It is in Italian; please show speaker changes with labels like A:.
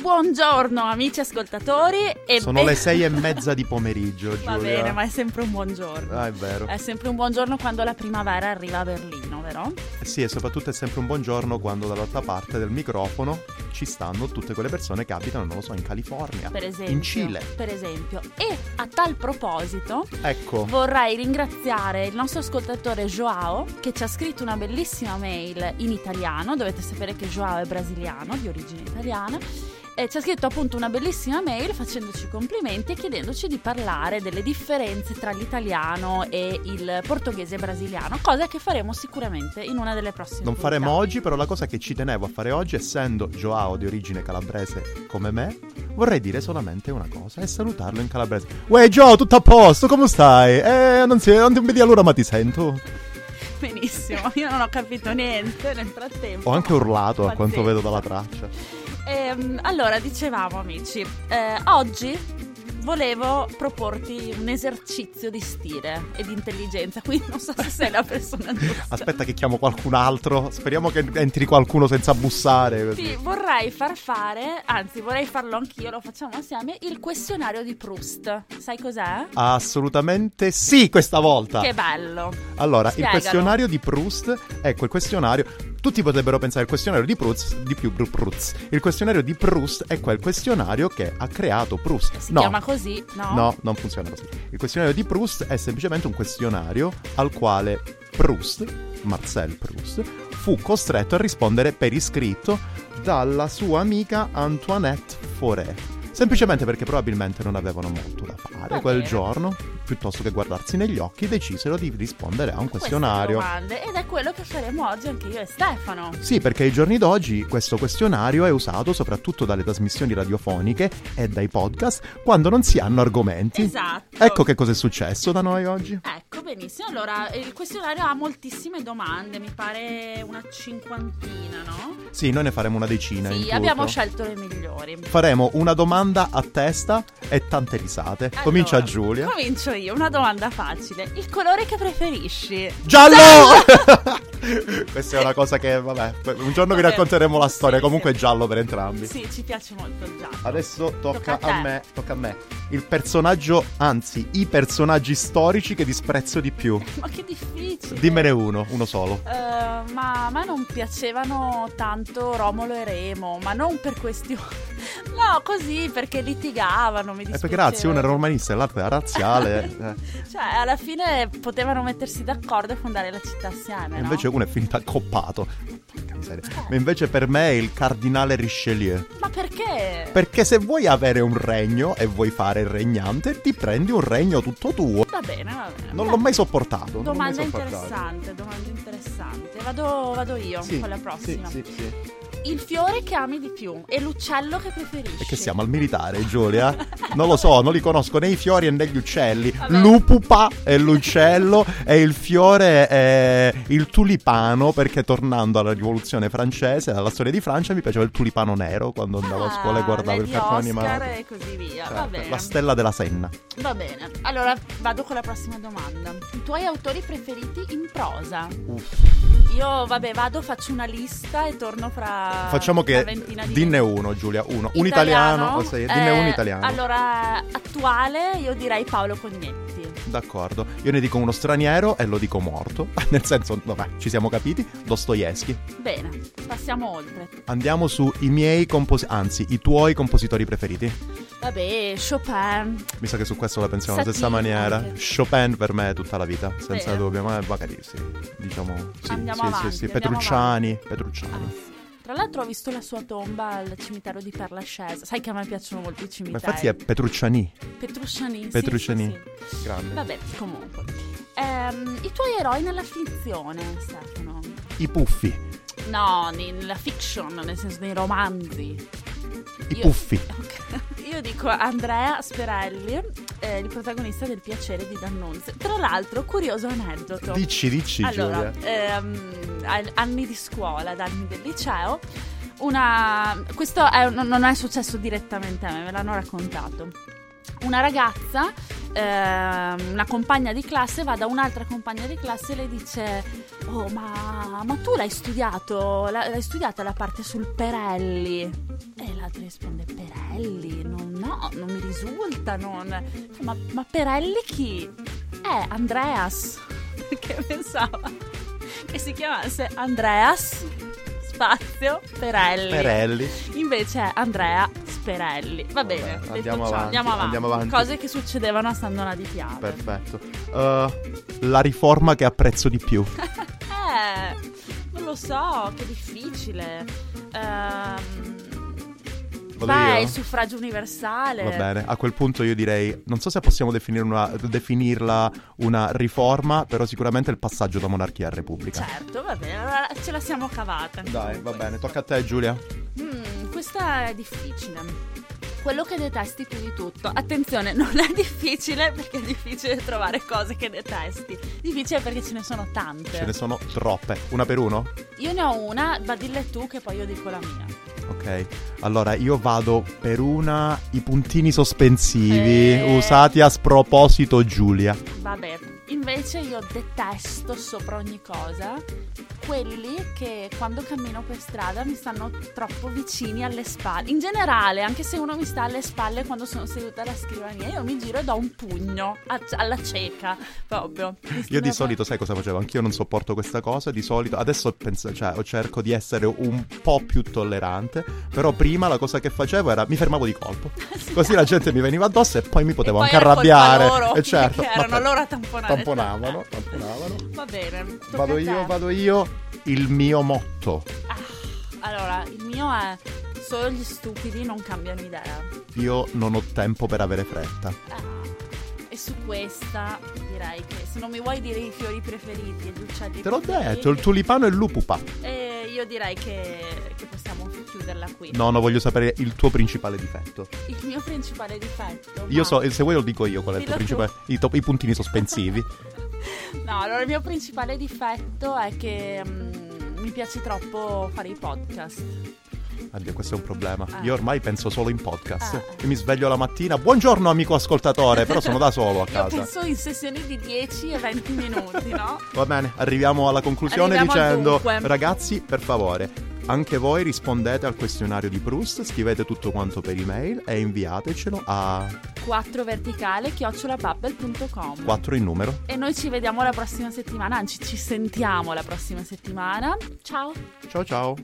A: Buongiorno amici ascoltatori e
B: Sono
A: ben-
B: le sei e mezza di pomeriggio, Giulia.
A: Va bene, ma Eh. è sempre un buongiorno.
B: Ah, è vero.
A: È sempre un buongiorno quando la primavera arriva a Berlino, vero?
B: Eh Sì, e soprattutto è sempre un buongiorno quando dall'altra parte del microfono ci stanno tutte quelle persone che abitano, non lo so, in California,
A: Per esempio.
B: in Cile.
A: Per esempio. E a tal proposito
B: Ecco,
A: vorrei ringraziare il nostro ascoltatore Joao che ci ha scritto una bellissima mail in italiano. Dovete sapere che Joao è brasiliano, di origine italiana. E ci ha scritto appunto una bellissima mail facendoci complimenti e chiedendoci di parlare delle differenze tra l'italiano e il portoghese brasiliano, cosa che faremo sicuramente in una delle prossime
B: non faremo
A: puntate.
B: oggi, però la cosa che ci tenevo a fare oggi, essendo Joao di origine calabrese come me, vorrei dire solamente una cosa e salutarlo in calabrese. Uè, Joao, tutto a posto, come stai? Eh, non, si, non ti vedi allora, ma ti sento.
A: Benissimo, io non ho capito niente nel frattempo.
B: Ho anche urlato, a
A: Pazienza.
B: quanto vedo dalla traccia.
A: Ehm, allora, dicevamo amici, eh, oggi volevo proporti un esercizio di stile e di intelligenza, quindi non so se sei la persona giusta.
B: Aspetta che chiamo qualcun altro. Speriamo che entri qualcuno senza bussare. così.
A: Sì, vorrei far fare, anzi vorrei farlo anch'io, lo facciamo assieme, il questionario di Proust. Sai cos'è?
B: Assolutamente sì questa volta.
A: Che bello.
B: Allora,
A: Spiegalo.
B: il questionario di Proust, ecco il questionario. Tutti potrebbero pensare al questionario di Proust, di più Bru- Proust. Il questionario di Proust è quel questionario che ha creato Proust.
A: Si
B: no.
A: chiama così, no?
B: No, non funziona così. Il questionario di Proust è semplicemente un questionario al quale Proust, Marcel Proust, fu costretto a rispondere per iscritto dalla sua amica Antoinette Fauré. Semplicemente perché probabilmente non avevano molto da fare
A: Va
B: quel
A: bene.
B: giorno, piuttosto che guardarsi negli occhi, decisero di rispondere a un
A: Queste
B: questionario.
A: domande, Ed è quello che faremo oggi anche io e Stefano.
B: Sì, perché ai giorni d'oggi questo questionario è usato soprattutto dalle trasmissioni radiofoniche e dai podcast quando non si hanno argomenti.
A: Esatto.
B: Ecco che cosa è successo da noi oggi.
A: Ecco, benissimo. Allora, il questionario ha moltissime domande, mi pare una cinquantina, no?
B: Sì, noi ne faremo una decina in
A: sì,
B: tutto.
A: abbiamo scelto le migliori.
B: Faremo una domanda a testa e tante risate. Comincia
A: Allora,
B: Giulia.
A: Comincio io, una domanda facile. Il colore che preferisci?
B: Giallo! Questa è una cosa che, vabbè, un giorno vi
A: Vabbè.
B: racconteremo la storia.
A: Sì,
B: Comunque
A: sì.
B: è giallo per entrambi.
A: Sì, ci piace molto il giallo.
B: Adesso
A: Tocca a
B: tocca
A: te.
B: a me, tocca a me. Il personaggio, anzi, i personaggi storici che disprezzo di più.
A: Ma che difficile.
B: Dimmene uno, uno solo.
A: Eh, ma a me non piacevano tanto Romolo e Remo, ma non per questioni. No, così perché litigavano, mi
B: Eh,
A: dispiaceva.
B: perché razzi, uno era romanista e l'altro era razziale. eh.
A: Cioè, alla fine potevano mettersi d'accordo e fondare la città assieme.
B: E
A: no?
B: invece uno è finito accoppato. Porca miseria. Ma invece per me è il cardinale Richelieu.
A: Ma perché?
B: Perché se vuoi avere un regno e vuoi fare il regnante, ti prendi un regno tutto tuo.
A: Va bene, va bene.
B: Non
A: Beh,
B: l'ho mai sopportato. non l'ho mai
A: Domanda
B: sopportato.
A: interessante, domanda interessante. Vado, vado io
B: Sì,
A: con la prossima.
B: Sì, sì, sì.
A: Il fiore che ami di più e l'uccello che preferisci.
B: E che siamo al militare, Giulia? Non lo so, non li conosco né i fiori né gli uccelli.
A: Vabbè.
B: L'upupa è l'uccello e il fiore è il tulipano, perché tornando alla rivoluzione francese, alla storia di Francia, mi piaceva il tulipano nero quando andavo a scuola e
A: Ah,
B: guardavo il
A: Lady
B: cartone
A: Oscar eh,
B: animato.
A: e così via.
B: Certo,
A: va bene.
B: La stella della Senna.
A: Va bene. Allora vado con la prossima domanda. I tuoi autori preferiti in prosa?
B: Uff.
A: Io vabbè, vado, faccio una lista e torno fra
B: Facciamo
A: una
B: che
A: Ah, ventina di
B: dinne
A: minuti.
B: uno, Giulia, uno. Un italiano, o sei- dinne
A: eh,
B: un italiano.
A: Allora, attuale io direi Paolo Cognetti.
B: D'accordo. Io ne dico uno straniero e lo dico morto. Nel senso, vabbè, ci siamo capiti. Dostoevsky.
A: Bene, passiamo oltre.
B: Andiamo su i miei compositori, anzi, i tuoi compositori preferiti.
A: Vabbè, Chopin.
B: Mi sa che su questo la pensiamo alla stessa
A: Satie
B: maniera.
A: anche.
B: Chopin per me è tutta la vita, senza
A: Vero.
B: dubbio, ma magari sì. Diciamo sì,
A: Andiamo
B: sì,
A: avanti,
B: sì, sì.
A: andiamo
B: Petrucciani,
A: Ah,
B: Petrucciani.
A: sì. Tra l'altro ho visto la sua tomba al cimitero di Perlascesa. Sai che a me piacciono molto i
B: Ma
A: cimiteri.
B: infatti è Petrucciani,
A: Petrucciani. sì,
B: Petrucciani.
A: sì, sì.
B: grande.
A: Vabbè, comunque. Ehm, I tuoi eroi nella finzione, Stefano?
B: I puffi,
A: No, nella fiction, nel senso dei romanzi.
B: i
A: Io-
B: puffi.
A: Ok. Io dico Andrea Sperelli, eh, il protagonista del piacere di Dannunzio. Tra l'altro, curioso aneddoto.
B: Dici, dici,
A: Allora,
B: Giulia.
A: ehm, al- anni di scuola, ad anni del liceo, una... questo è un- non è successo direttamente a me, me l'hanno raccontato. Una ragazza eh, una compagna di classe va da un'altra compagna di classe e le dice: Oh, ma, ma tu l'hai studiato? la- L'hai studiata la parte sul Perelli? E l'altra risponde: Perelli? Non, no, non mi risulta. non." Fa, Ma, ma Perelli chi? Eh, Andreas. Perché pensava che si chiamasse Andreas Spazio Perelli.
B: Perelli.
A: Invece è Andrea Sperelli. Va bene,
B: Vabbè,
A: detto
B: andiamo
A: ciò,
B: avanti,
A: andiamo avanti.
B: andiamo avanti.
A: Cose che succedevano a Sandona di Piave.
B: Perfetto. Eh, la riforma che apprezzo di più.
A: Eh, non lo so, che difficile. Ehm,
B: Vado
A: beh,
B: io?
A: il suffragio universale.
B: Va bene, a quel punto io direi, non so se possiamo definire una- definirla una riforma, però sicuramente il passaggio da monarchia a repubblica.
A: Certo, va bene, allora ce la siamo cavata.
B: Dai, va bene, tocca a te Giulia.
A: Mm, questa è difficile. Quello che detesti più di tutto. Attenzione, non è difficile perché è difficile trovare cose che detesti. Difficile perché ce ne sono tante.
B: Ce ne sono troppe, una per uno?
A: Io ne ho una, ma dille tu che poi io dico la mia.
B: Ok, allora io vado per una, i puntini sospensivi
A: Eh.
B: usati a sproposito Giulia.
A: Vabbè, invece io detesto sopra ogni cosa quelli che quando cammino per strada mi stanno troppo vicini alle spalle. In generale, anche se uno mi sta alle spalle quando sono seduta alla scrivania, io mi giro e do un pugno a- alla cieca, proprio. Mi
B: Io di
A: sembra-
B: solito, sai cosa facevo? Anch'io non sopporto questa cosa. Di solito, adesso penso- cioè, cerco di essere un po' più tollerante. Però prima la cosa che facevo era mi fermavo di colpo. Così la gente mi veniva addosso e poi mi potevo
A: E poi
B: anche
A: era colpa
B: arrabbiare.
A: loro,
B: e certo,
A: che erano
B: vabbè,
A: loro a tamponare.
B: Tamponavano, tamponavano.
A: Va bene. tocca
B: Vado
A: a te.
B: io, vado io. Il mio motto.
A: Ah, allora, il mio è solo gli stupidi non cambiano idea.
B: Io non ho tempo per avere fretta.
A: Ah, E su questa direi che se non mi vuoi dire i fiori preferiti e gli uccelli
B: Te l'ho
A: preferiti,
B: detto, il tulipano e il lupupa.
A: eh, io direi che, che possiamo chiuderla qui.
B: No, no, voglio sapere il tuo principale difetto.
A: Il mio principale difetto.
B: Io
A: ma-
B: so, se vuoi lo dico io qual è il tuo
A: Dillo tu.
B: principale. I, to- i puntini sospensivi.
A: No, allora il mio principale difetto è che mm, mi piace troppo fare i podcast.
B: Addio, questo è un problema.
A: Ah.
B: Io ormai penso solo in podcast.
A: Ah.
B: Io mi sveglio la mattina. Buongiorno amico ascoltatore, però sono da solo a
A: Io
B: casa.
A: penso in sessioni di 10 e 20 minuti, no?
B: Va bene, arriviamo alla conclusione
A: Arriviamo al
B: dicendo
A: dunque.
B: ragazzi, per favore, anche voi rispondete al questionario di Proust, scrivete tutto quanto per email e inviatecelo a
A: 4 verticale chiocciolabubble.com
B: 4 in numero.
A: E noi ci vediamo la prossima settimana, anzi ci sentiamo la prossima settimana. Ciao!
B: Ciao ciao.